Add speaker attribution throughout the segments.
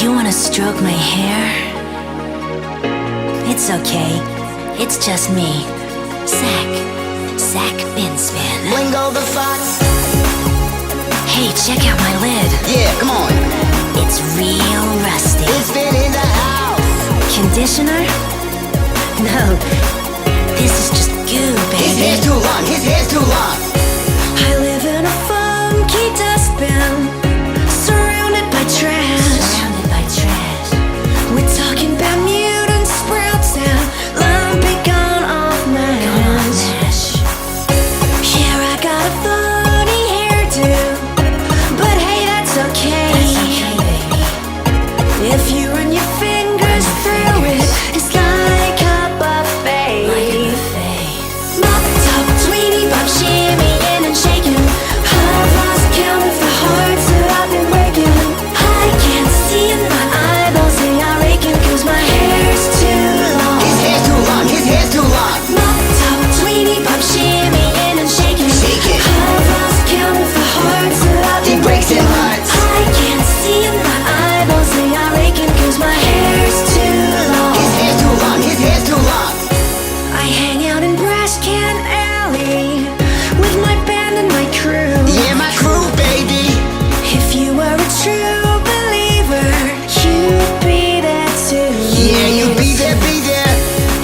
Speaker 1: You wanna stroke my hair? It's okay. It's just me. Zack. Zack Bin Spin.
Speaker 2: Lingo the Fox.
Speaker 1: Hey, check out my lid.
Speaker 2: Yeah, come on.
Speaker 1: It's real rusty.
Speaker 2: It's been in the house.
Speaker 1: Conditioner? No. This is just goo,
Speaker 2: His hair's
Speaker 1: baby.
Speaker 2: too long. His hair's too long.
Speaker 1: I live in a funky dustbin. Surrounded by trash. Surrounded by trash. We're talking about mutant sprouts and lumpy gone off my hands. Here I got a funny hairdo. But hey, that's okay. If you run your fingers through it, it's like a buffet. Mop top, tweety bop, shimmying and shaking. I've lost count of the hearts that I've been breaking. I can't see in my eyeballs, they are aching 'cause my hair's too long.
Speaker 2: His hair's too long. His hair's too long.
Speaker 1: Mop top, tweety bop, shimmying and shaking.
Speaker 2: Shake it.
Speaker 1: I've lost count of the hearts that I've
Speaker 2: He
Speaker 1: been
Speaker 2: breaks in
Speaker 1: breaking.
Speaker 2: hearts.
Speaker 1: I can't see in my eyeballs, they are aching 'cause my hair's too long.
Speaker 2: His hair's too long. His hair's too long.
Speaker 1: I hang out in Brash Can Alley with my band and my crew.
Speaker 2: Yeah, my crew, baby.
Speaker 1: If you were a true believer, you'd be there too.
Speaker 2: Yeah, you be there, be there.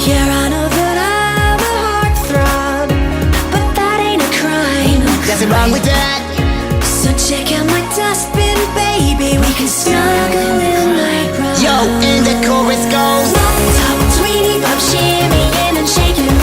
Speaker 1: Yeah, I know that I'm a heartthrob, but that ain't a crime.
Speaker 2: Nothing wrong with that.
Speaker 1: So check out my dustbin, baby. We can snuggle in like rock.
Speaker 2: Yo, and the chorus goes.
Speaker 1: Top tweety pop shimmying and shaking.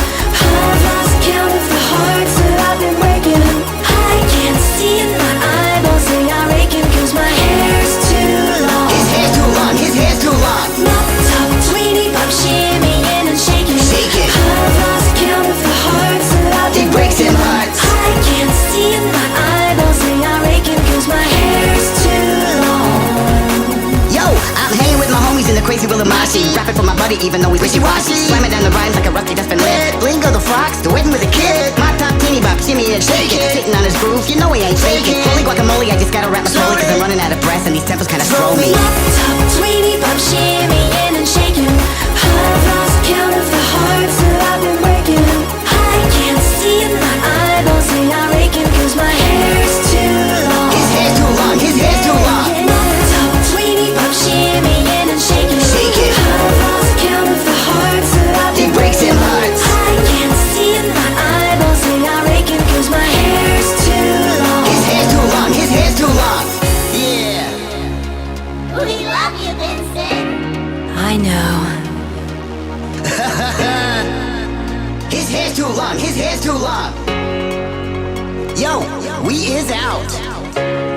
Speaker 1: I've lost count of the hearts that I've been breaking. I can't see in my eyeballs they are aching 'cause my hair's too long.
Speaker 2: His hair's too long. His hair's too long.
Speaker 1: Mop top tweety pop shimmying and shaking.
Speaker 2: Shake it.
Speaker 1: I've lost count of the hearts that I've
Speaker 2: He
Speaker 1: been
Speaker 2: breaks in
Speaker 1: breaking.
Speaker 2: hearts.
Speaker 1: I can't see in my eyeballs they are aching 'cause my hair's too long.
Speaker 2: Yo, I'm hanging with my homies in the crazy Willa Mashi. Rapping for my buddy, even though he's wishy washy. Slamming down the rhymes like a rusty dustbin lid. Lingo the fox, duetting with a kid. My top teeny bop, Jimmy and shake it. Sitting on his groove, you know he ain't shaking. Holy guacamole, I just gotta rap my slowly, cause I'm running out of breath, and these tempos kinda throw me.
Speaker 1: Top tweety pop shimmying and shaking. I've lost count of the hearts that I've been breaking. I can't see in my eyeballs they are aching 'cause my hair's too long.
Speaker 2: His hair's too long, his hair's too long.
Speaker 1: Top tweety pop shimmying and shaking.
Speaker 2: Shake it.
Speaker 1: I've lost count of the hearts that I've
Speaker 2: He
Speaker 1: been
Speaker 2: breaks in
Speaker 1: breaking.
Speaker 2: hearts.
Speaker 1: I can't see in my eyeballs they are aching 'cause my hair's too long.
Speaker 2: His hair's too long, his hair's too long. Yeah.
Speaker 3: We love you, Vincent.
Speaker 1: I know.
Speaker 2: His hair's too long, his hair's too long. Yo, we is out.